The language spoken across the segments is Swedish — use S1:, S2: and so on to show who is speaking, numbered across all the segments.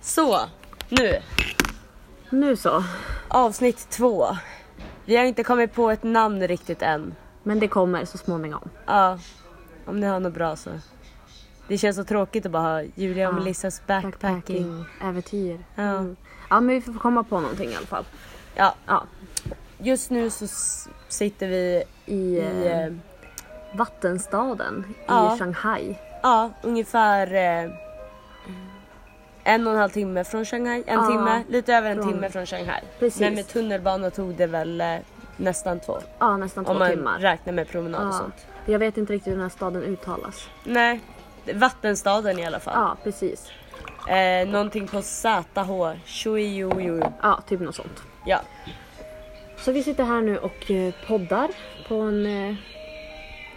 S1: Så, nu.
S2: Nu så.
S1: Avsnitt två. Vi har inte kommit på ett namn riktigt än.
S2: Men det kommer så småningom.
S1: Ja, om ni har något bra så. Det känns så tråkigt att bara ha Julia och
S2: Ja,
S1: Melissas backpacking.
S2: Äventyr.
S1: Ja.
S2: Mm. Ja men vi får komma på någonting i alla fall.
S1: Ja,
S2: Ja.
S1: just nu så s- sitter vi
S2: I,
S1: i,
S2: eh,
S1: eh,
S2: vattenstaden i
S1: ja.
S2: Shanghai.
S1: ja, ungefär eh, en och en halv timme från Shanghai. En
S2: Ja,
S1: timme, lite över en
S2: från-
S1: timme från Shanghai.
S2: Precis.
S1: Men med tunnelbana tog det väl eh, nästan två.
S2: Ja nästan
S1: Om
S2: två
S1: man
S2: timmar.
S1: räknar med promenad och
S2: ja.
S1: sånt.
S2: Jag vet inte riktigt hur den här staden uttalas.
S1: Nej, vattenstaden i alla fall.
S2: Ja precis.
S1: Eh, någonting på ZH. Shuiuiu.
S2: Ja typ något sånt.
S1: Ja.
S2: Så vi sitter här nu och eh, poddar på en... eh,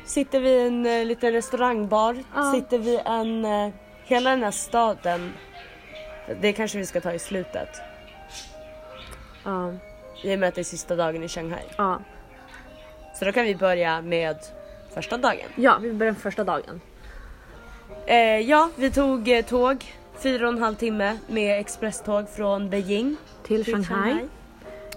S1: Sitter vi i en eh, liten restaurangbar.
S2: Ja.
S1: Sitter vi i en... Eh, hela den här staden. Det kanske vi ska ta i slutet.
S2: Ja.
S1: I och med att det är sista dagen i Shanghai.
S2: ja.
S1: Så då kan vi börja med första dagen.
S2: ja vi börjar med första dagen.
S1: Eh, ja, vi tog eh, tåg. Fyra och en halv timme med expresståg från Beijing
S2: Till
S1: till
S2: Shanghai.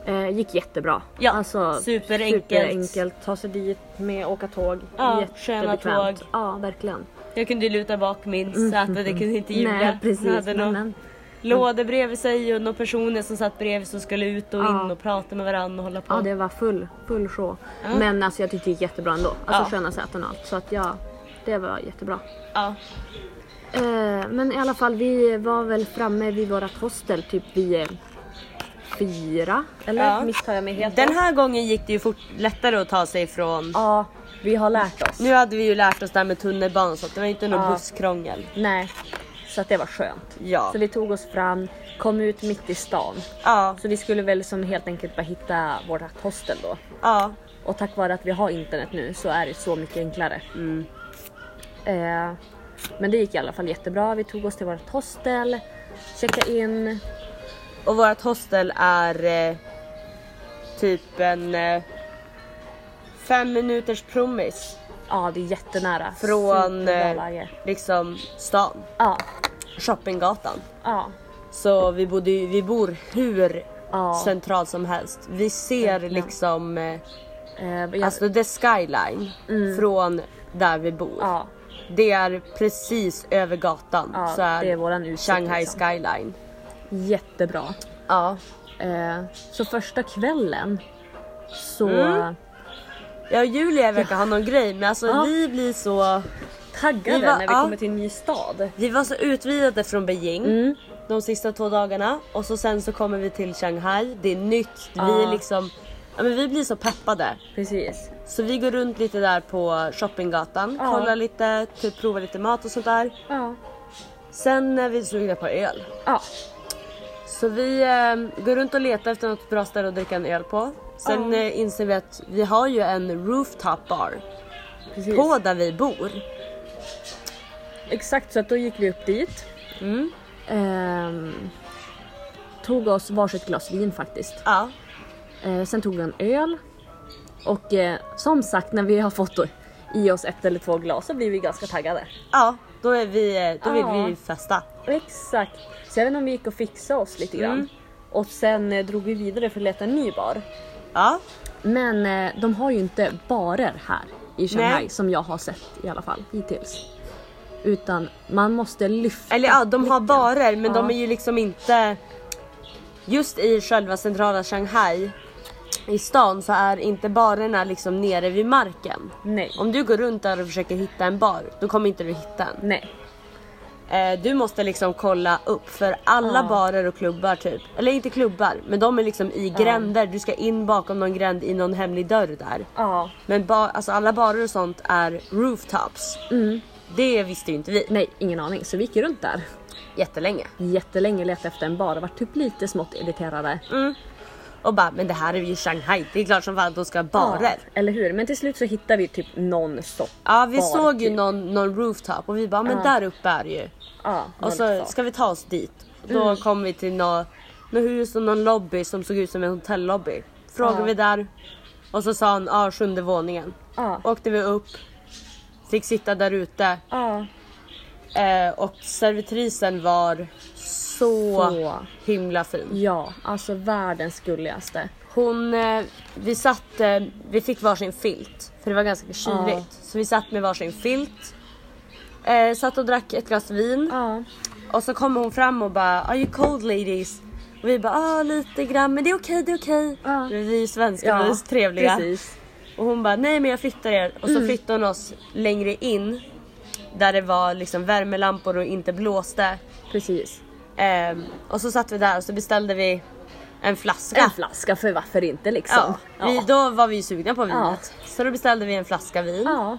S1: Shanghai.
S2: Eh, gick jättebra.
S1: Ja,
S2: alltså,
S1: superenkelt.
S2: superenkelt. Ta sig dit med åka tåg.
S1: Ja,
S2: Jättebekvämt.
S1: sköna tåg.
S2: Ja, verkligen.
S1: Jag kunde ju luta bak min säte, det kunde inte Julia.
S2: Mm. Nej,
S1: Hon
S2: precis.
S1: hade
S2: Men,
S1: någon
S2: men,
S1: lådor bredvid sig och några personer som satt bredvid som skulle ut och in
S2: Ja.
S1: och prata med varandra och hålla på.
S2: ja, det var full, full show.
S1: Ja.
S2: Men alltså, jag tyckte det gick jättebra ändå. Alltså
S1: Ja.
S2: sköna säten och allt. Så att ja, det var jättebra.
S1: Ja.
S2: Eh, men i alla fall, vi var väl framme vid vårt hostel typ vid eh, fyra. Eller
S1: Ja.
S2: misstar jag mig helt?
S1: Den här gången gick det ju fort, lättare att ta sig från...
S2: Ja, vi har lärt oss.
S1: Nu hade vi ju lärt oss det här med tunnelbanan så att det var inte något
S2: Ja.
S1: busskrångel.
S2: Nej, så att det var skönt.
S1: Ja.
S2: Så vi tog oss fram, kom ut mitt i stan.
S1: Ja,
S2: Så vi skulle väl som helt enkelt bara hitta vårt hostel då.
S1: ja.
S2: Och tack vare att vi har internet nu så är det så mycket enklare.
S1: Mm.
S2: Eh, men det gick i alla fall jättebra. Vi tog oss till vårt hostel, checkade in.
S1: Och vårt hostel är eh, typ en eh, fem minuters promis
S2: Ja, det är jättenära.
S1: från
S2: Superbra
S1: eh,
S2: läge.
S1: liksom stan,
S2: Ja,
S1: shoppinggatan.
S2: ja,
S1: Så vi, bodde, ju- vi bor hur
S2: ja.
S1: centralt som helst. Vi ser liksom eh,
S2: Eh, jag,
S1: alltså the skyline från där vi bor.
S2: Mm. ja,
S1: Det är precis över gatan
S2: Ja,
S1: så är,
S2: det är våran utsikt,
S1: Shanghai
S2: liksom.
S1: skyline.
S2: jättebra.
S1: Ja.
S2: Eh, så första kvällen så
S1: Mm. Jag och Julia verkar ha någon grej men alltså
S2: Ja.
S1: vi blir så
S2: taggade
S1: Vi var-
S2: när vi
S1: ja.
S2: kommer till en ny stad.
S1: Vi var så utvilade från Beijing
S2: Mm.
S1: de sista två dagarna och så sen så kommer vi till Shanghai. Det är nytt. Vi
S2: Ja.
S1: är liksom ja, men vi blir så peppade.
S2: Precis.
S1: Så vi går runt lite där på shoppinggatan,
S2: Ja.
S1: kollar lite, typ provar lite mat och sånt där.
S2: Ja.
S1: Sen är vi sugna på öl.
S2: ja.
S1: Så vi eh, går runt och letar efter något bra ställe att dricka en öl på. Sen
S2: Ja.
S1: eh, inser vi att vi har ju en rooftop bar
S2: Precis.
S1: på där vi bor.
S2: Exakt, så att då gick vi upp dit.
S1: Mm.
S2: Ehm, tog oss varsitt glas vin faktiskt.
S1: Ja,
S2: Eh, sen tog vi en öl. Och eh, som sagt, när vi har fått då i oss ett eller två glas så blir vi ganska taggade.
S1: ja då, är vi, eh, då vill
S2: Ja.
S1: vi festa.
S2: Exakt. Så jag vet inte om vi gick och fixade oss lite grann.
S1: Mm.
S2: Och sen eh, drog vi vidare för att leta en ny bar.
S1: Ja,
S2: Men eh, de har ju inte barer här i Shanghai
S1: Nej.
S2: som jag har sett i alla fall hittills. Utan man måste lyfta.
S1: Eller ja, de har
S2: blicken.
S1: barer men de
S2: Ja.
S1: är ju liksom inte... Just i själva centrala Shanghai, i stan, så är inte barerna liksom nere vid marken.
S2: Nej.
S1: Om du går runt där och försöker hitta en bar, då kommer inte du hitta en.
S2: Nej.
S1: Eh, du måste liksom kolla upp för alla
S2: Ja.
S1: barer och klubbar typ, eller inte klubbar, men de är liksom i gränder. Du ska in bakom någon gränd i någon hemlig dörr där.
S2: Ja.
S1: Men ba- alltså alla barer och sånt är rooftops.
S2: Mm.
S1: Det visste ju inte vi
S2: Nej, ingen aning. Så vi gick runt där
S1: jättelänge.
S2: jättelänge letade efter en bar och var typ lite smått irriterade.
S1: och bara men det här är ju Shanghai, det är klart som fan att de ska ha barer.
S2: Ja, eller hur? Men till slut så hittade vi typ någon sorts
S1: Ja vi
S2: bar,
S1: såg ju
S2: typ.
S1: någon, någon rooftop och vi bara men
S2: Ja.
S1: där uppe är det ju.
S2: Ja, någon
S1: Och så
S2: sort.
S1: Alltså, ska vi ta oss dit. Då
S2: Mm.
S1: kom vi till något nå hus och någon lobby som såg ut som en hotellobby. Frågade
S2: Ja.
S1: vi där och så sa han ja sjunde våningen.
S2: Ja.
S1: Åkte vi upp, fick sitta där ute
S2: Ja.
S1: eh, och servitrisen var så
S2: Så.
S1: himla fin.
S2: Ja, alltså världens gulligaste.
S1: Hon, eh, vi satt, eh, vi fick varsin filt för det var ganska kyligt.
S2: Ja.
S1: Så vi satt med varsin filt. Eh, satt och drack ett glas vin.
S2: Ja.
S1: Och så kommer hon fram och bara “Are you cold ladies?” Och vi bara “Ah lite grann men det är okej, det är okej”.
S2: Ja.
S1: Vi är svenskar,
S2: Ja,
S1: vi är så trevliga.
S2: precis. Mm.
S1: Och hon bara “Nej men jag flyttar er” och så flyttade hon oss längre in. Där det var liksom värmelampor och inte blåste.
S2: Precis.
S1: Ehm, och så satt vi där och så beställde vi en flaska.
S2: En flaska för varför inte liksom.
S1: Ja, vi, då var vi ju sugna på
S2: Ja.
S1: vinet. Så då beställde vi en flaska vin.
S2: ja.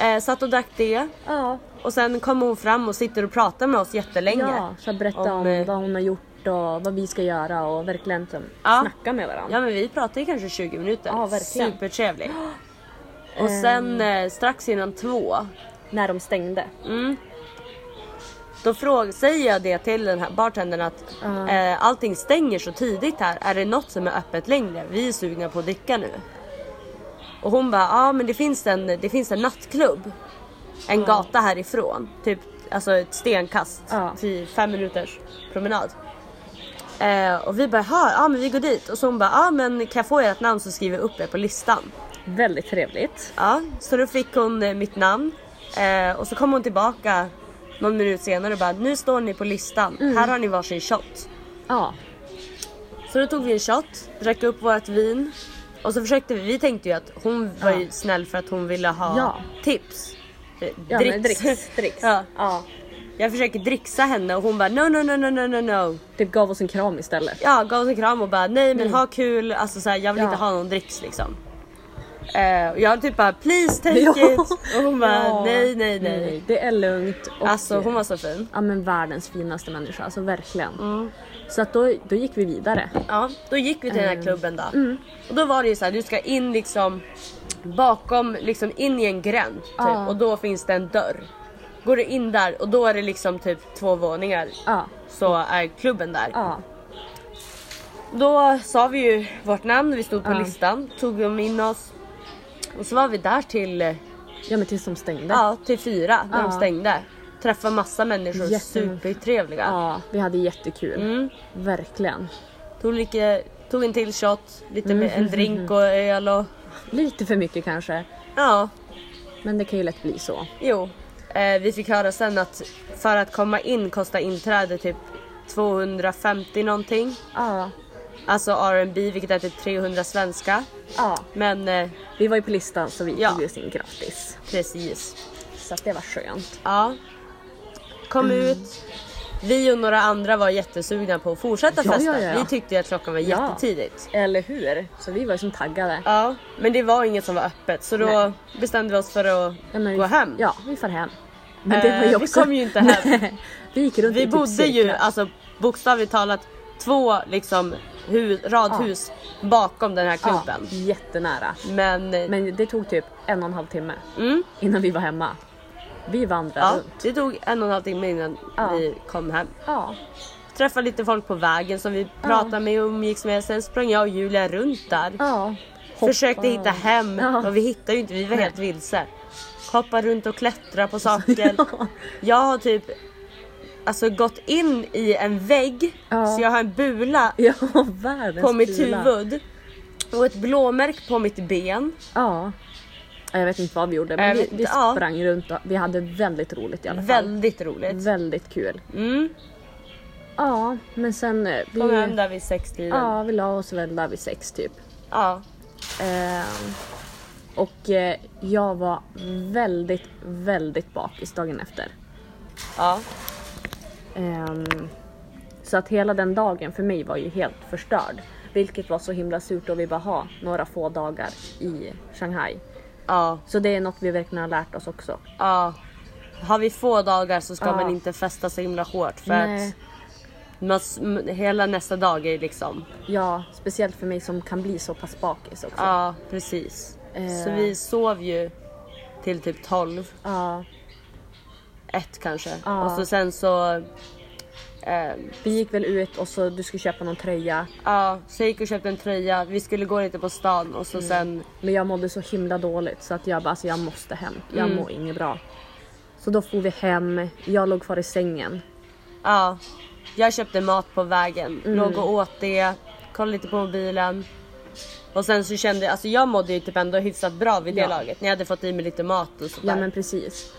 S1: Eh, satt och drack det.
S2: ja.
S1: Och sen kommer hon fram och sitter och pratar med oss jättelänge.
S2: Ja, så att berätta om,
S1: Om, eh,
S2: vad hon har gjort och vad vi ska göra och verkligen liksom
S1: Ja.
S2: snacka med varandra.
S1: Ja men vi pratade ju kanske 20 minuter.
S2: Ja, verkligen. Ehm.
S1: Supertrevlig. Och sen eh, strax innan två,
S2: När de stängde.
S1: då fråg, säger jag det till den här bartendern att
S2: Ja.
S1: eh, allting stänger så tidigt här. Är det något som är öppet längre? Vi är sugna på att dricka nu. Och hon bara, ja men det finns en, det finns en nattklubb. En gata härifrån. Typ alltså ett stenkast.
S2: Ja.
S1: Till fem minuters promenad. Eh, och vi bara, "Jaha, ja men vi går dit. Och så hon bara, ja men kan jag få ert namn så skriver jag upp er på listan.
S2: Väldigt trevligt.
S1: Ja, så då fick hon eh, mitt namn eh, och så kom hon tillbaka någon minut senare och bara nu står ni på listan,
S2: Mm.
S1: här har ni varsin shot.
S2: Ja,
S1: Så då tog vi en shot, drack upp vårt vin och så försökte vi, vi tänkte ju att hon var ju
S2: Ja.
S1: snäll för att hon ville ha
S2: Ja.
S1: tips. Eh,
S2: ja men dricks. dricks.
S1: Ja.
S2: Ja.
S1: Jag försöker dricksa henne och hon bara no no no no no no no.
S2: Typ gav oss en kram istället.
S1: Ja, gav oss en kram och bara nej men ha kul, alltså så här, jag vill
S2: Mm. Ja.
S1: inte ha någon dricks liksom. Eh, och jag typ bara please take
S2: Ja.
S1: it och hon bara
S2: Ja. Mm.
S1: nej nej nej.
S2: Det är lugnt. Och
S1: Alltså hon var så fin.
S2: Ja men världens finaste människa, alltså verkligen. Så att då, då gick vi vidare.
S1: Ja, då gick vi till den här klubben då. Och då var det ju så här, du ska in liksom bakom, liksom in i en gränd typ.
S2: Ja.
S1: Och då finns det en dörr. Går du in där och då är det liksom typ två våningar.
S2: Ja.
S1: Så är klubben där.
S2: Ja.
S1: Då sa vi ju vårt namn, vi stod på
S2: Ja.
S1: listan. Tog de in oss. Och så var vi där till, eh,
S2: ja men tills de stängde.
S1: ja, till fyra när de
S2: Ja.
S1: stängde. Träffade massa människor,
S2: Jättemånga.
S1: supertrevliga.
S2: Ja, vi hade jättekul.
S1: Mm.
S2: Verkligen.
S1: Tog, lite, tog en till shot, lite med en drink och öl och
S2: Lite för mycket kanske,
S1: ja,
S2: men det kan ju lätt bli så.
S1: jo. Eh, vi fick höra sen att för att komma in kostar inträde typ 250 någonting.
S2: Ja.
S1: Alltså R&B vilket är typ 300 svenska.
S2: Ja.
S1: Men eh,
S2: Vi var ju på listan så vi
S1: Ja.
S2: tog oss in gratis.
S1: precis.
S2: Så att det var skönt.
S1: Ja. Kom
S2: Mm.
S1: ut. Vi och några andra var jättesugna på att fortsätta
S2: Ja,
S1: festa.
S2: ja, ja.
S1: Vi tyckte ju att klockan var jättetidigt.
S2: Eller hur? Så vi var ju som taggade.
S1: Ja, men det var inget som var öppet så då
S2: Nej.
S1: bestämde vi oss för att
S2: Ja, men vi-
S1: gå hem.
S2: Ja, vi får hem. Men det
S1: Eh,
S2: var ju
S1: vi
S2: också...
S1: kom ju inte hem.
S2: Nej, vi gick runt i
S1: Vi
S2: typ
S1: bodde ju
S2: cirklar.
S1: alltså bokstavligt talat två liksom hu- radhus bakom den här
S2: ja,
S1: klubben.
S2: jättenära.
S1: Men, eh,
S2: Men det tog typ en och en halv timme
S1: mm,
S2: innan vi var hemma. Vi vandrade
S1: ja,
S2: runt.
S1: det tog en och en halv timme innan
S2: Ja.
S1: vi kom hem.
S2: Ja.
S1: Träffade lite folk på vägen som vi pratade med och umgicks med. Sen sprang jag och Julia runt där.
S2: ja.
S1: Försökte hitta hem
S2: Ja.
S1: och vi hittade ju inte, vi var
S2: Nej.
S1: helt vilse. Hoppa runt och klättra på saker.
S2: Ja.
S1: Jag har typ alltså, gått in i en vägg
S2: Ja.
S1: så jag har en bula
S2: Ja, världens
S1: på mitt
S2: prylar.
S1: huvud. Och ett blåmärke på mitt ben.
S2: Ja. Ja, Jag vet inte vad vi gjorde
S1: Jag
S2: men vi,
S1: vet
S2: vi
S1: inte, ja.
S2: sprang runt och vi hade väldigt roligt i alla fall.
S1: Väldigt roligt.
S2: Väldigt kul.
S1: Mm.
S2: Ja, men sen... eh, Vi,
S1: Kom hem där vid sextiden. Ja.
S2: Ja, vi la oss väl där vid sex typ.
S1: Ja.
S2: Ehm, och eh, jag var väldigt, väldigt bakis dagen efter.
S1: ja.
S2: Ehm, så att hela den dagen för mig var ju helt förstörd. Vilket var så himla surt och vi bara ha några få dagar i Shanghai.
S1: ja.
S2: Så det är något vi verkligen har lärt oss också.
S1: Har vi få dagar så ska
S2: Ja.
S1: man inte festa så himla hårt för
S2: Nej.
S1: att man, s- m- hela nästa dag är liksom...
S2: Ja, speciellt för mig som kan bli så pass bakis också.
S1: Ja, precis. Så
S2: Eh.
S1: vi sov ju till typ 12,
S2: Ja,
S1: ett kanske.
S2: Ja.
S1: Och så sen så... ehm,
S2: vi gick väl ut och så du skulle köpa någon tröja.
S1: Ja, så jag gick och köpte en tröja. Vi skulle gå lite på stan och så
S2: Mm.
S1: sen
S2: Men jag mådde så himla dåligt så att jag bara, alltså jag måste hem. Jag
S1: Mm.
S2: mår inget bra. Så då får vi hem, jag låg kvar i sängen.
S1: Ja, Jag köpte mat på vägen,
S2: Mm.
S1: låg och åt det, kollade lite på mobilen. Och sen så kände jag, alltså jag mådde ju typ ändå hyfsat bra vid det
S2: Ja.
S1: laget när jag hade fått i mig lite mat och sådär.
S2: Ja men precis.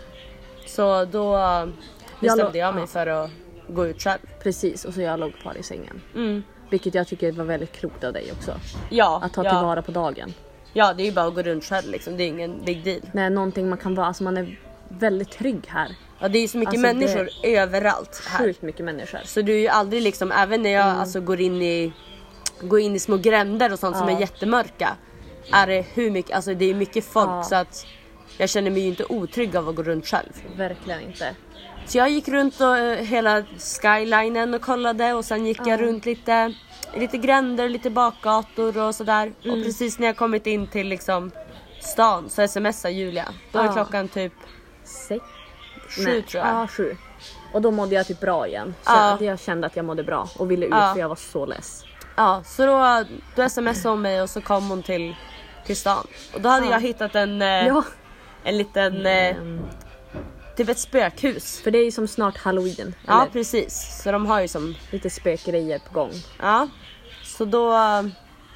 S1: Så då
S2: lå-
S1: bestämde jag mig
S2: ja.
S1: för att gå ut själv.
S2: Precis och så jag låg kvar i sängen.
S1: Mm.
S2: Vilket jag tycker var väldigt klokt av dig också.
S1: Ja,
S2: Att ta
S1: ja.
S2: tillvara på dagen.
S1: Ja det är ju bara att gå runt själv liksom, det är ingen big deal.
S2: Nej, någonting man kan vara, alltså man är väldigt trygg här.
S1: Ja, det är ju så mycket
S2: Alltså, det-
S1: människor överallt här.
S2: Sjukt mycket människor.
S1: Så du är ju aldrig liksom, även när
S2: Mm.
S1: jag alltså, går, in i, går in i små gränder och sånt som
S2: Ja.
S1: är jättemörka. Är det hur mycket, alltså det är mycket folk
S2: Ja.
S1: så att jag känner mig ju inte otrygg av att gå runt själv.
S2: Verkligen inte.
S1: Så jag gick runt och, eh, hela skylinen och kollade och sen gick jag runt lite, lite gränder, lite bakgator och sådär.
S2: Mm.
S1: Och precis när jag kommit in till liksom stan så smsar Julia. Då är
S2: Ja.
S1: klockan typ
S2: Sex?
S1: sju
S2: Nej.
S1: tror jag.
S2: Ja, sju. Och då mådde jag typ bra igen. Så
S1: Ja.
S2: att jag kände att jag mådde bra och ville ut
S1: Ja.
S2: för jag var så less.
S1: Ja, så då, då smsade hon mig och så kom hon till, till stan. Och då hade
S2: Ja.
S1: jag hittat en, eh,
S2: Ja.
S1: en liten, eh, typ ett spökhus.
S2: För det är ju som snart halloween.
S1: Ja
S2: eller
S1: precis, så de har ju som,
S2: lite spökgrejer på gång.
S1: ja. Så då eh,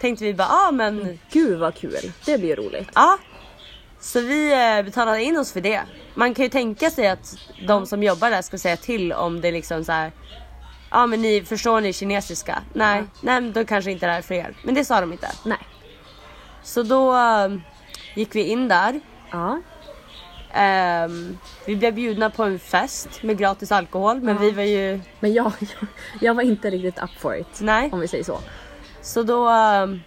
S1: tänkte vi bara, ja men,
S2: Gud vad kul, det blir roligt.
S1: ja. Så vi eh, betalade in oss för det. Man kan ju tänka sig att de som jobbar där ska säga till om det liksom så här. Ja men ni förstår ni kinesiska? Nej, nej men då kanske inte det här är för er. Men det sa de inte.
S2: Nej.
S1: Så då eh, gick vi in där.
S2: Ja.
S1: Ehm, vi blev bjudna på en fest med gratis alkohol men vi var ju...
S2: Men jag, jag, jag var inte riktigt up for it.
S1: Nej.
S2: Om vi säger så.
S1: Så då... ehm,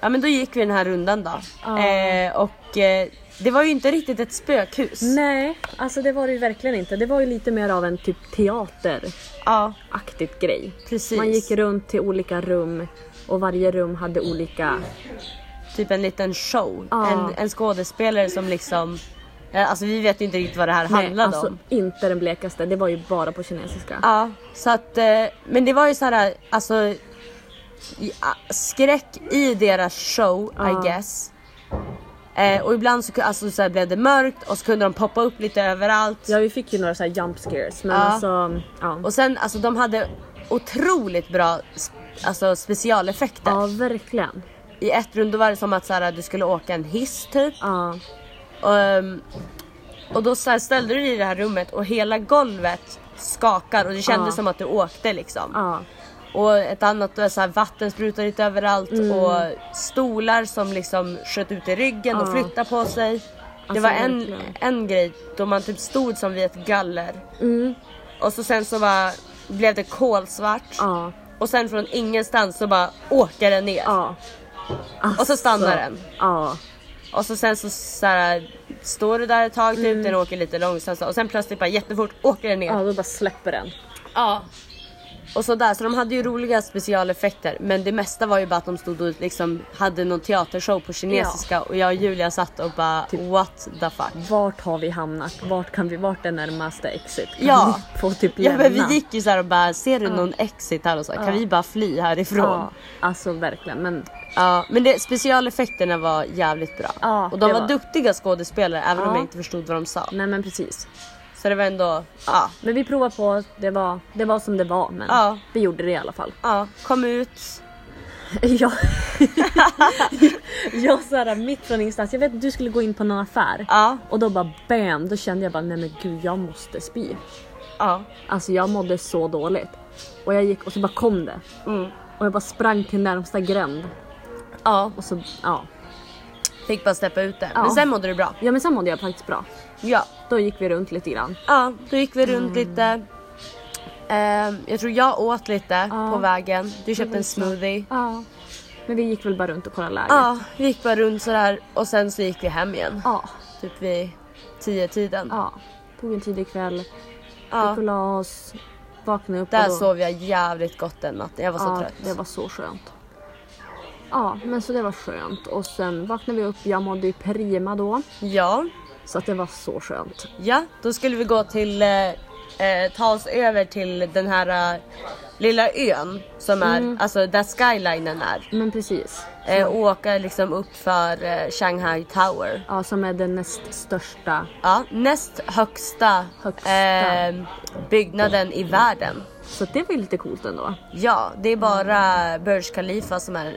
S1: ja men då gick vi den här rundan då.
S2: Ja.
S1: Eh, och eh, det var ju inte riktigt ett spökhus.
S2: Nej, alltså det var det ju verkligen inte. Det var ju lite mer av en typ teateraktigt
S1: Ja
S2: grej.
S1: precis.
S2: Man gick runt till olika rum och varje rum hade olika...
S1: Typ en liten show.
S2: Ja.
S1: En, en skådespelare som liksom... eh, Alltså vi vet ju inte riktigt vad det här handlade
S2: alltså
S1: om.
S2: inte den blekaste. Det var ju bara på kinesiska.
S1: Ja, så att, eh, men det var ju så här, alltså i- a- skräck i deras show
S2: Ja.
S1: I guess. Eh, och ibland så, ku- alltså, så här blev det mörkt och så kunde de poppa upp lite överallt.
S2: Ja, vi fick ju några så här jump scares men
S1: Ja.
S2: alltså... Ja.
S1: Och sen alltså de hade otroligt bra s- alltså, specialeffekter.
S2: ja, verkligen.
S1: I ett rum då var det som att så här, du skulle åka en hiss typ.
S2: Ja.
S1: Och, ehm, och då så här, ställde du dig i det här rummet och hela golvet skakar och det kändes
S2: Ja.
S1: som att du åkte liksom.
S2: ja.
S1: Och ett annat är så här, vatten sprutar ut överallt
S2: Mm.
S1: och stolar som liksom sköt ut i ryggen och
S2: Ja.
S1: flyttade på sig. Det
S2: Alltså,
S1: var en,
S2: verkligen.
S1: en grej då man typ stod som vid ett galler.
S2: Mm.
S1: Och så sen så var, blev det kolsvart.
S2: Ja.
S1: Och sen från ingenstans så bara åker den ner.
S2: Ja. Alltså,
S1: Och så stannar den.
S2: Ja.
S1: Och så sen så, så här, står du där ett tag typ,
S2: Mm.
S1: den åker lite långsamt så- och sen plötsligt bara jättefort åker den ner.
S2: ja, då bara släpper den.
S1: Ja. Och sådär, så de hade ju roliga specialeffekter men det mesta var ju bara att de stod och liksom hade någon teatershow på kinesiska och jag och Julia satt och bara
S2: Typ
S1: what the fuck.
S2: Vart har vi hamnat? Vart, kan vi, vart är närmaste exit? Kan
S1: Ja.
S2: vi få typ
S1: Ja
S2: lämna?
S1: men vi gick ju såhär och bara ser du någon exit här och så kan vi bara fly härifrån.
S2: Ja,
S1: Ja.
S2: alltså verkligen. Men
S1: men det, specialeffekterna var jävligt bra.
S2: Ja,
S1: och de
S2: det
S1: var,
S2: var-
S1: duktiga skådespelare även om
S2: Ja.
S1: jag inte förstod vad de sa.
S2: nej men precis.
S1: Så det var ändå, ja.
S2: Men vi provade på, det var, det var som det var men
S1: Ja.
S2: vi gjorde det i alla fall.
S1: ja kom ut.
S2: Jag, jag såhär mitt från ingenstans, jag vet att du skulle gå in på någon affär
S1: Ja,
S2: och då bara bam, då kände jag bara nej men gud jag måste spy.
S1: ja.
S2: Alltså jag mådde så dåligt. Och jag gick och så bara kom det.
S1: Mm.
S2: Och jag bara sprang till närmsta gränd.
S1: Ja,
S2: Och så, ja.
S1: fick bara släppa ut det.
S2: Ja.
S1: Men sen mådde du bra.
S2: ja men sen mådde jag faktiskt bra.
S1: Ja.
S2: Då gick vi runt lite grann.
S1: Ja, då gick vi runt
S2: Mm.
S1: lite. Ehm, jag tror jag åt lite
S2: Ja. Mm.
S1: på vägen. Du köpte en
S2: visst.
S1: smoothie.
S2: Ja. Men vi gick väl bara runt och kollade läget.
S1: Ja, vi gick bara runt sådär och sen så gick vi hem igen.
S2: Ja.
S1: Typ vid tio tiden.
S2: ja. Tog en tidig kväll, gick
S1: Ja,
S2: och la oss, vaknade upp.
S1: Där
S2: och då-
S1: sov jag jävligt gott den natten. Jag var så
S2: ja,
S1: trött.
S2: Det var så skönt. Ja, men så det var skönt. Och sen vaknade vi upp, jag mådde ju prima då.
S1: Ja,
S2: Så att det var så skönt.
S1: ja, då skulle vi gå till eh, eh, ta oss över till den här eh, lilla ön som är,
S2: Mm.
S1: alltså där skylinen är.
S2: Men precis.
S1: Eh, och åka liksom upp för eh, Shanghai Tower.
S2: Ja, som är den näst största.
S1: Ja, näst högsta,
S2: Högsta.
S1: Eh, byggnaden i världen.
S2: Så det var ju lite coolt ändå.
S1: Ja, det är bara Burj Khalifa som är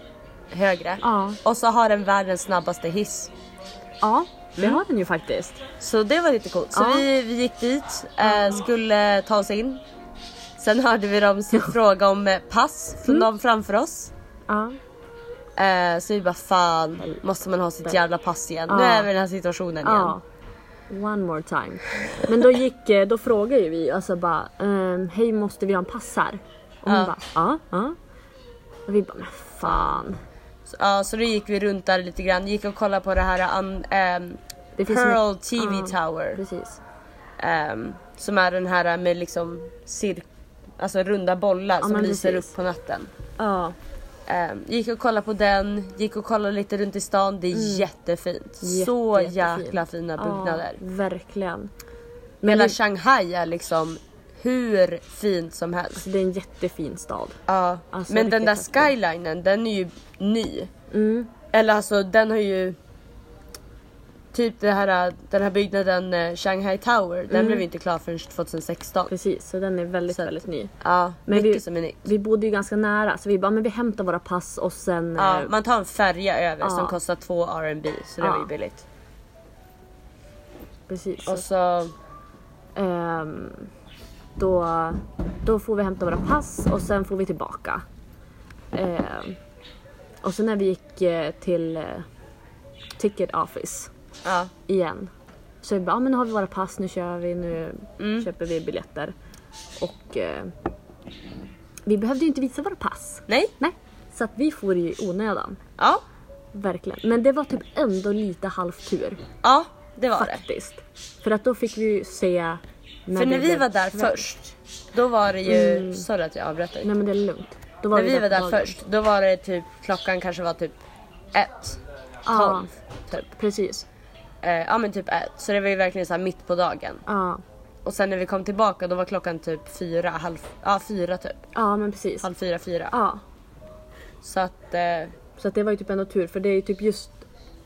S1: högre.
S2: Ja.
S1: Och så har den världens snabbaste hiss.
S2: Ja, det
S1: Mm.
S2: har den ju faktiskt.
S1: Så det var lite coolt. Så
S2: Ja.
S1: vi, vi gick dit, eh, skulle ta oss in. Sen hörde vi dem sin fråga om eh, pass från
S2: Mm.
S1: dem framför oss.
S2: Ja.
S1: Eh, så vi bara fan, måste man ha sitt jävla pass igen? Nu
S2: Ja.
S1: är vi i den här situationen igen.
S2: Ja. One more time. Men då gick, eh, då frågade ju vi alltså bara ehm, hej måste vi ha en pass här? Och hon
S1: Ja.
S2: bara ja, ja. Och vi bara men fan.
S1: Så, ja, så då gick vi runt där lite grann, gick och kollade på det här an, ehm,
S2: Det
S1: Pearl
S2: en-
S1: TV
S2: ja,
S1: Tower.
S2: Precis.
S1: ehm, som är den här med liksom cir- alltså runda bollar som
S2: men
S1: lyser
S2: precis.
S1: upp på natten.
S2: Ja,
S1: Ehm, gick och kollade på den, gick och kollade lite runt i stan. Det är jättefint. Så
S2: Jätte, jättefint.
S1: jäkla fina byggnader.
S2: Mm. ja verkligen. Men
S1: Hela
S2: det,
S1: Shanghai är liksom hur fint som helst.
S2: det är en jättefin stad.
S1: Ja.
S2: Alltså,
S1: Men den där
S2: riktigt häftigt.
S1: skylinen den är ju ny.
S2: Mm.
S1: Eller alltså den har ju Typ det här, den här byggnaden eh, Shanghai Tower,
S2: Mm.
S1: den blev ju inte klar förrän 2016.
S2: Precis, så den är väldigt, väldigt ny.
S1: Ja,
S2: Men
S1: mycket
S2: vi-
S1: som är nytt.
S2: Vi bodde ju Mm. ganska nära så vi bara, men vi hämtar våra pass och sen...
S1: Ja,
S2: eh,
S1: man tar en färja över
S2: Ja.
S1: som kostar 2 RMB så det
S2: Ja.
S1: var ju billigt.
S2: precis.
S1: Och så
S2: Ehm, då, då får vi hämta våra pass och sen får vi tillbaka. Ehm, och sen när vi gick eh, till eh, ticket office
S1: ja.
S2: igen. Så vi bara, ah, men nu har vi våra pass, nu kör vi, nu
S1: Mm.
S2: köper vi biljetter. Och eh, vi behövde ju inte visa våra pass.
S1: Nej?
S2: Nej, så att vi får ju i onödan.
S1: Ja.
S2: Verkligen. Men det var typ ändå lite halvtur
S1: Ja, det var det.
S2: faktiskt. För att då fick vi ju se...
S1: För när
S2: det
S1: vi
S2: blev
S1: var där
S2: kväll.
S1: först, då var det ju... Sorry att jag avbröt dig.
S2: Nej Mm. men det är lugnt. Då
S1: När vi
S2: på
S1: var där
S2: dagen.
S1: först, då var det typ klockan kanske var typ ett.
S2: Ja.
S1: Tolv, typ.
S2: Precis.
S1: Eh, ja men typ ett. Så det var ju verkligen så här mitt på dagen.
S2: Ja.
S1: Och sen när vi kom tillbaka då var klockan typ fyra, halv... Ja fyra typ.
S2: ja men precis.
S1: Halv fyra, fyra.
S2: Ja.
S1: Så att... Eh,
S2: Så att det var ju typ ändå tur för det är ju typ just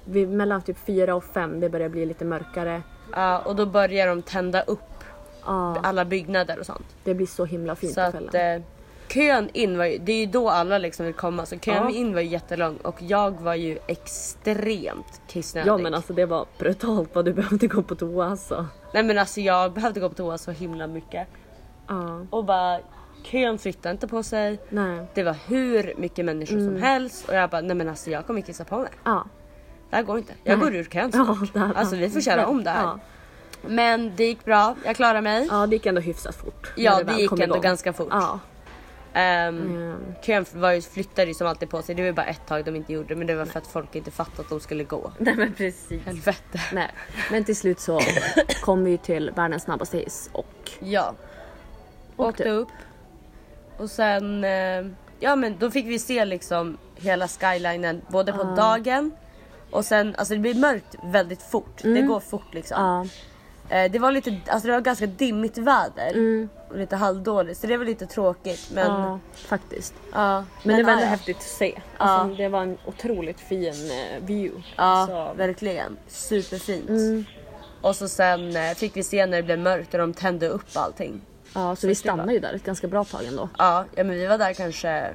S2: vid, mellan typ fyra och fem det börjar bli lite mörkare.
S1: ja, och då börjar de tända upp
S2: Ja.
S1: alla byggnader och sånt.
S2: Det blir så himla fint
S1: Så
S2: på
S1: att
S2: kvällen.
S1: eh, kön in var ju, det är ju då alla liksom vill komma så kön
S2: Ja.
S1: in var ju jättelång och jag var ju extremt kissnödig.
S2: Ja men alltså det var brutalt vad du behövde gå på toa alltså.
S1: Nej men alltså jag behövde gå på toa så himla mycket
S2: Ja.
S1: och bara kön flyttade inte på sig.
S2: Nej.
S1: Det var hur mycket människor
S2: Mm.
S1: som helst och jag bara nej men alltså jag kommer kissa på mig.
S2: Ja.
S1: Det här går inte. Jag går ur kön
S2: Ja,
S1: snart.
S2: det här-
S1: alltså vi får köra om det här.
S2: Ja.
S1: Men det gick bra, jag klarade mig.
S2: ja det gick ändå hyfsat fort. när
S1: Ja, det
S2: väl
S1: gick
S2: kom
S1: ändå
S2: igång.
S1: ganska fort.
S2: Ja.
S1: Ehm,
S2: Mm.
S1: Kön var ju, flyttade ju som alltid på sig. Det var ju bara ett tag de inte gjorde men det var för att folk inte fattade att de skulle gå.
S2: Nej men precis.
S1: Helvete.
S2: Nej. Men till slut så kom vi ju till världens snabbaste hiss och
S1: Ja. Åkte upp. Och sen, eh, ja men då fick vi se liksom hela skylinen både
S2: Ah.
S1: på dagen och sen, alltså det blir mörkt väldigt fort. Det
S2: Mm.
S1: går fort liksom.
S2: ja.
S1: Eh, det var lite, alltså det var ganska dimmigt väder
S2: Mm.
S1: och lite halvdåligt så det var lite tråkigt men
S2: ja faktiskt.
S1: ja.
S2: Ah. Men, det var
S1: ja,
S2: ändå
S1: ja.
S2: häftigt att se. Alltså, Det var en otroligt fin eh, view.
S1: Ja,
S2: Så,
S1: verkligen. Superfint.
S2: Mm.
S1: Och så sen eh, fick vi se när det blev mörkt och de tände upp allting.
S2: ja, så vi stannade ju där ett ganska bra tag ändå.
S1: Ja, ja men vi var där kanske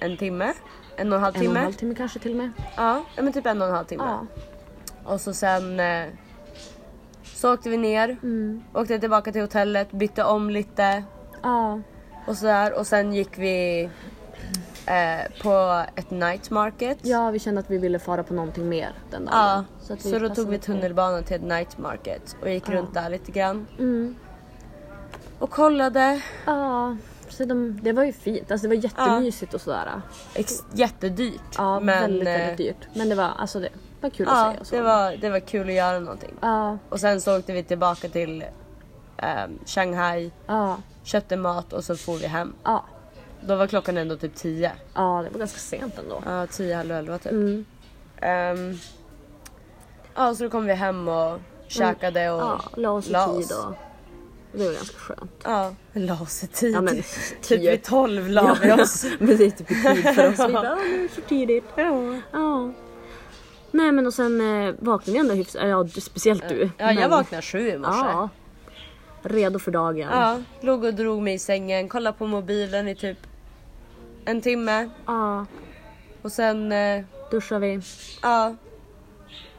S1: en timme, en och en halv
S2: En och en
S1: timme.
S2: halv timme kanske till och med.
S1: Ja, ja, men typ en och en halv timme.
S2: Ja.
S1: Och så sen eh, så åkte vi ner,
S2: Mm.
S1: åkte tillbaka till hotellet, bytte om lite
S2: ja.
S1: och sådär. Och sen gick vi eh, på ett night market.
S2: Ja, vi kände att vi ville fara på någonting mer den dagen.
S1: Ja, så,
S2: att
S1: då tog
S2: passade
S1: vi
S2: på.
S1: tunnelbanan till ett night market och gick runt där lite grann.
S2: Mm.
S1: Och kollade.
S2: Ja, så de, det var ju fint. Alltså, det var jättemysigt och sådär.
S1: Ex- jättedyrt.
S2: Ja,
S1: men
S2: väldigt,
S1: eh,
S2: väldigt dyrt. Men det var, alltså, det var kul
S1: Ja,
S2: att se. Och så.
S1: det var, det var kul att göra någonting.
S2: Ja,
S1: Och sen så åkte vi tillbaka till ehm, Shanghai,
S2: ja,
S1: köpte mat och så for vi hem.
S2: ja,
S1: Då var klockan ändå typ 10.
S2: ja, det var ganska sent ändå.
S1: Ja, 10, halv 11 typ.
S2: Mm.
S1: Ehm, ja, så då kom vi hem och käkade och
S2: Mm. Ja, la oss i
S1: la oss.
S2: tid och Och det var ganska skönt.
S1: Ja. La oss i tid.
S2: Ja, men,
S1: typ vid tolv la vi oss.
S2: men det är typ i tid för oss. Vi bara,
S1: Ja.
S2: "Ah, nu är det så tidigt.
S1: Ja.
S2: Ja. Nej men och sen eh, vaknade jag ändå hyfsat, ja du- speciellt du.
S1: Ja, jag
S2: Men-
S1: vaknade sju i morse.
S2: Ja. Redo för dagen.
S1: Ja, låg och drog mig i sängen, kollade på mobilen i typ en timme
S2: Ja,
S1: och sen eh,
S2: Duschar vi
S1: ja,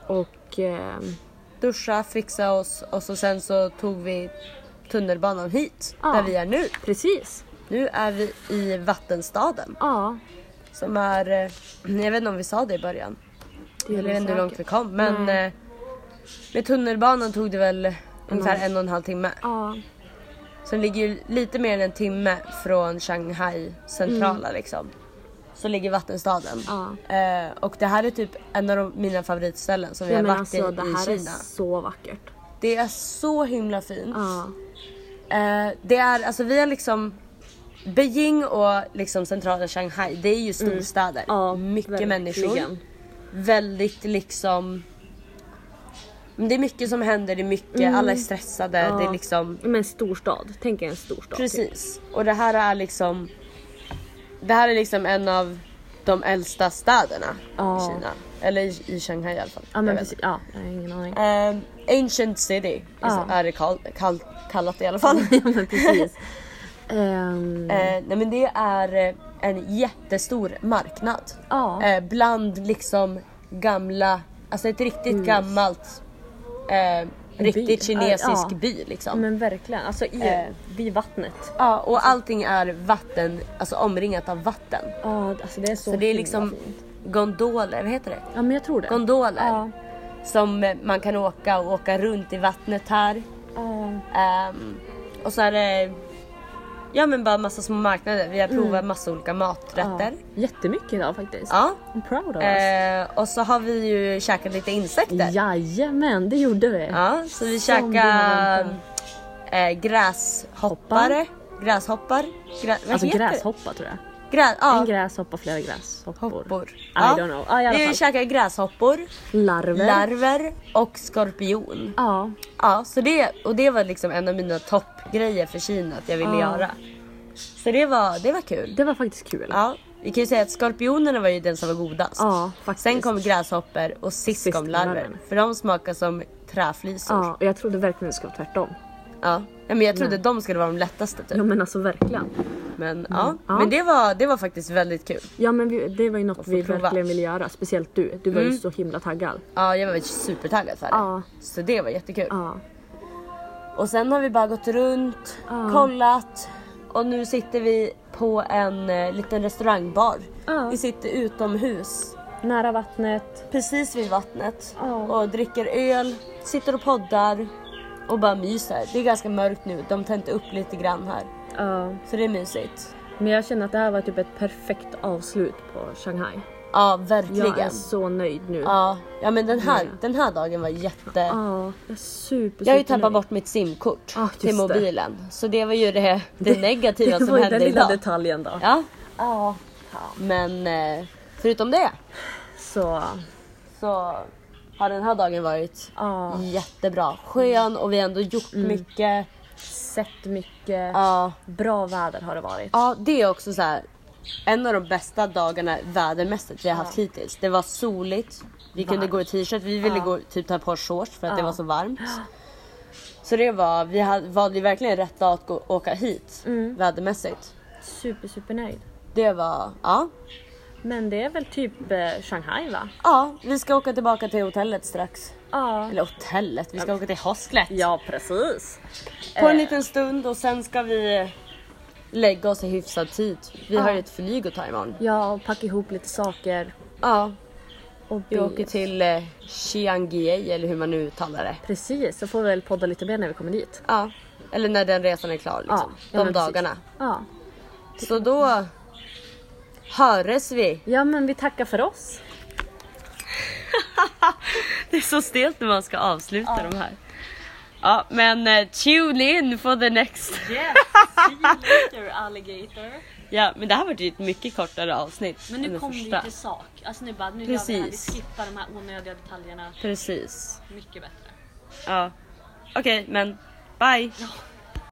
S2: och eh,
S1: duscha, fixa oss och så sen så tog vi tunnelbanan hit
S2: Ja.
S1: där vi är nu.
S2: precis.
S1: Nu är vi i Vattenstaden
S2: Ja.
S1: som är, eh, jag vet inte om vi sa det i början,
S2: Det
S1: jag
S2: gjorde
S1: vet inte hur
S2: säkert.
S1: långt vi kom men
S2: Nej.
S1: eh, med tunnelbanan tog det väl ungefär en och en halv timme.
S2: Mm. Ja,
S1: Som ligger ju lite mer än en timme från Shanghai centrala liksom. Så ligger vattenstaden.
S2: Mm. Ja.
S1: Eh, och det här är typ en av de, mina favoritställen som vi
S2: ja
S1: har
S2: men
S1: varit i,
S2: alltså det
S1: i
S2: här är
S1: Kina.
S2: så vackert.
S1: Det är så himla fint.
S2: Ja,
S1: Eh, det är, alltså vi har liksom Beijing och liksom centrala Shanghai, det är ju storstäder.
S2: Mm. ja
S1: mycket
S2: verkligen.
S1: människor. Väldigt liksom... Men Det är mycket som händer, det är mycket,
S2: Mm.
S1: alla är stressade. Det är liksom
S2: Men en storstad, tänk er en storstad.
S1: Precis. Och det här är liksom Det här är liksom en av de äldsta städerna
S2: Ja.
S1: i Kina. Eller i, i Shanghai i alla fall.
S2: Ja
S1: Jag
S2: men
S1: vet
S2: precis, ja, jag har ingen aning.
S1: inte. Ehm, Ancient City
S2: Ja.
S1: är det kall, kall, kallat i alla fall.
S2: Ja men precis. Ehm,
S1: Eh, nej men det är eh, en jättestor marknad.
S2: Ja.
S1: Eh, bland liksom gamla, alltså ett riktigt gammalt, eh, riktigt kinesisk
S2: Mm. Ja.
S1: by liksom.
S2: men verkligen, alltså i,
S1: Eh.
S2: vid vattnet.
S1: Ja, och allting är vatten, alltså omringat av vatten.
S2: Ja, alltså det är så
S1: Så det är
S2: himla
S1: liksom
S2: fint.
S1: gondoler, vad heter det?
S2: Ja men jag tror det.
S1: Gondoler.
S2: Ja.
S1: Som eh, man kan åka och åka runt i vattnet här.
S2: Ja.
S1: Ehm, och så är det ja, men bara massa små marknader. Vi har provat
S2: Mm.
S1: massa olika maträtter.
S2: Jättemycket idag faktiskt.
S1: Ja.
S2: I'm proud of us.
S1: Eh, och så har vi ju käkat lite insekter.
S2: Jajamän, det gjorde vi.
S1: Ja, så vi
S2: Som vi har
S1: käkade
S2: väntat.
S1: eh, gräshoppare. Gräshoppar? Grä, vad
S2: Alltså
S1: heter det?
S2: gräshoppa tror jag.
S1: Grä,
S2: En
S1: ja,
S2: gräshoppa, flera gräshoppor.
S1: hoppor.
S2: I
S1: Ja.
S2: don't know. Ja, i alla
S1: vi
S2: fall.
S1: käkade gräshoppor,
S2: Larver.
S1: larver och skorpion.
S2: Ja.
S1: Ja, så det, och det var liksom en av mina toppgrejer för Kina att jag ville
S2: Ja.
S1: göra. Så det var, det var kul.
S2: Det var faktiskt kul.
S1: Ja, vi kan ju säga att skorpionerna var ju den som var godast.
S2: Ja, faktiskt.
S1: Sen kom gräshoppor och sist,
S2: Sist
S1: kom larver.
S2: larver.
S1: För de smakar som träflisor. Ja.
S2: Ja, och jag trodde verkligen det skulle vara tvärtom.
S1: ja. Men jag trodde de skulle vara de lättaste typ.
S2: Ja men alltså verkligen.
S1: Men, ja.
S2: Mm. Ja.
S1: men det, var, det var faktiskt väldigt kul.
S2: Ja men vi, det var ju något
S1: få
S2: vi
S1: prova. Mm.
S2: verkligen ville göra. Speciellt du. Du var ju så himla taggad.
S1: Ja, jag var ju supertaggad för det.
S2: Ja.
S1: Så det var jättekul.
S2: Ja.
S1: Och sen har vi bara gått runt, kollat och nu sitter vi på en eh, liten restaurangbar.
S2: Ja.
S1: Vi sitter utomhus
S2: Nära vattnet.
S1: precis vid vattnet
S2: Ja.
S1: och dricker öl, sitter och poddar och bara myser. Det är ganska mörkt nu, de tände upp lite grann här.
S2: Ja.
S1: Så det är mysigt.
S2: Men jag känner att det här var typ ett perfekt avslut på Shanghai.
S1: Ja,
S2: Jag är
S1: verkligen.
S2: så nöjd nu.
S1: Ja, ja men den här, den här dagen var jätte...
S2: Ja, jag är super,
S1: Jag har ju
S2: supernöjd.
S1: tappat bort mitt simkort
S2: Ah, just
S1: till
S2: det.
S1: mobilen. Så det var ju det, det, negativa
S2: Det
S1: som
S2: var ju den
S1: hände
S2: lilla
S1: idag.
S2: detaljen då.
S1: Ja. ja. Men eh, förutom det
S2: Så,
S1: så har den här dagen varit
S2: ja. Mm.
S1: jättebra. Skön och vi har ändå gjort mycket.
S2: Sett mycket.
S1: Ja.
S2: Bra väder har det varit.
S1: ja, det är också så här. En av de bästa dagarna vädermässigt vi har haft hittills. Det var soligt. Vi kunde gå i t-shirt. Vi ville gå, typ ta på shorts för att det var så varmt. Så det var, vi hade, valde ju verkligen rätt dag att gå, åka hit
S2: Mm.
S1: vädermässigt.
S2: Super, super nöjd.
S1: Det var, ja.
S2: Men det är väl typ eh, Shanghai va?
S1: Ja, vi ska åka tillbaka till hotellet strax.
S2: Ja.
S1: Eller hotellet, vi ska åka till hostlet.
S2: Ja precis.
S1: På en liten stund och sen ska vi lägga oss i hyfsad tid. Vi har ju ett flyg att ta imorgon.
S2: Ja, och packa ihop lite saker.
S1: Ja,
S2: Och
S1: vi
S2: be-
S1: åker till eh, Chiangyi eller hur man nu uttalar det.
S2: Precis, så får vi väl podda lite mer när vi kommer dit.
S1: Ja, eller när den resan är klar liksom. De
S2: ja, men precis.
S1: dagarna.
S2: Ja.
S1: Så då höres vi.
S2: ja, men vi tackar för oss.
S1: Det är så stelt när man ska avsluta de här. Ja, men eh, tune in for the next.
S2: Yes, see you later alligator.
S1: Ja, men det här var ju ett mycket kortare avsnitt.
S3: Men
S1: än
S3: nu
S1: det
S3: kom vi
S1: första.
S3: till sak. Alltså nu bara, nu gör vi det här. Vi
S1: Precis.
S3: skippar de här onödiga detaljerna
S1: Precis.
S3: mycket bättre.
S1: Ja. Okej, men bye!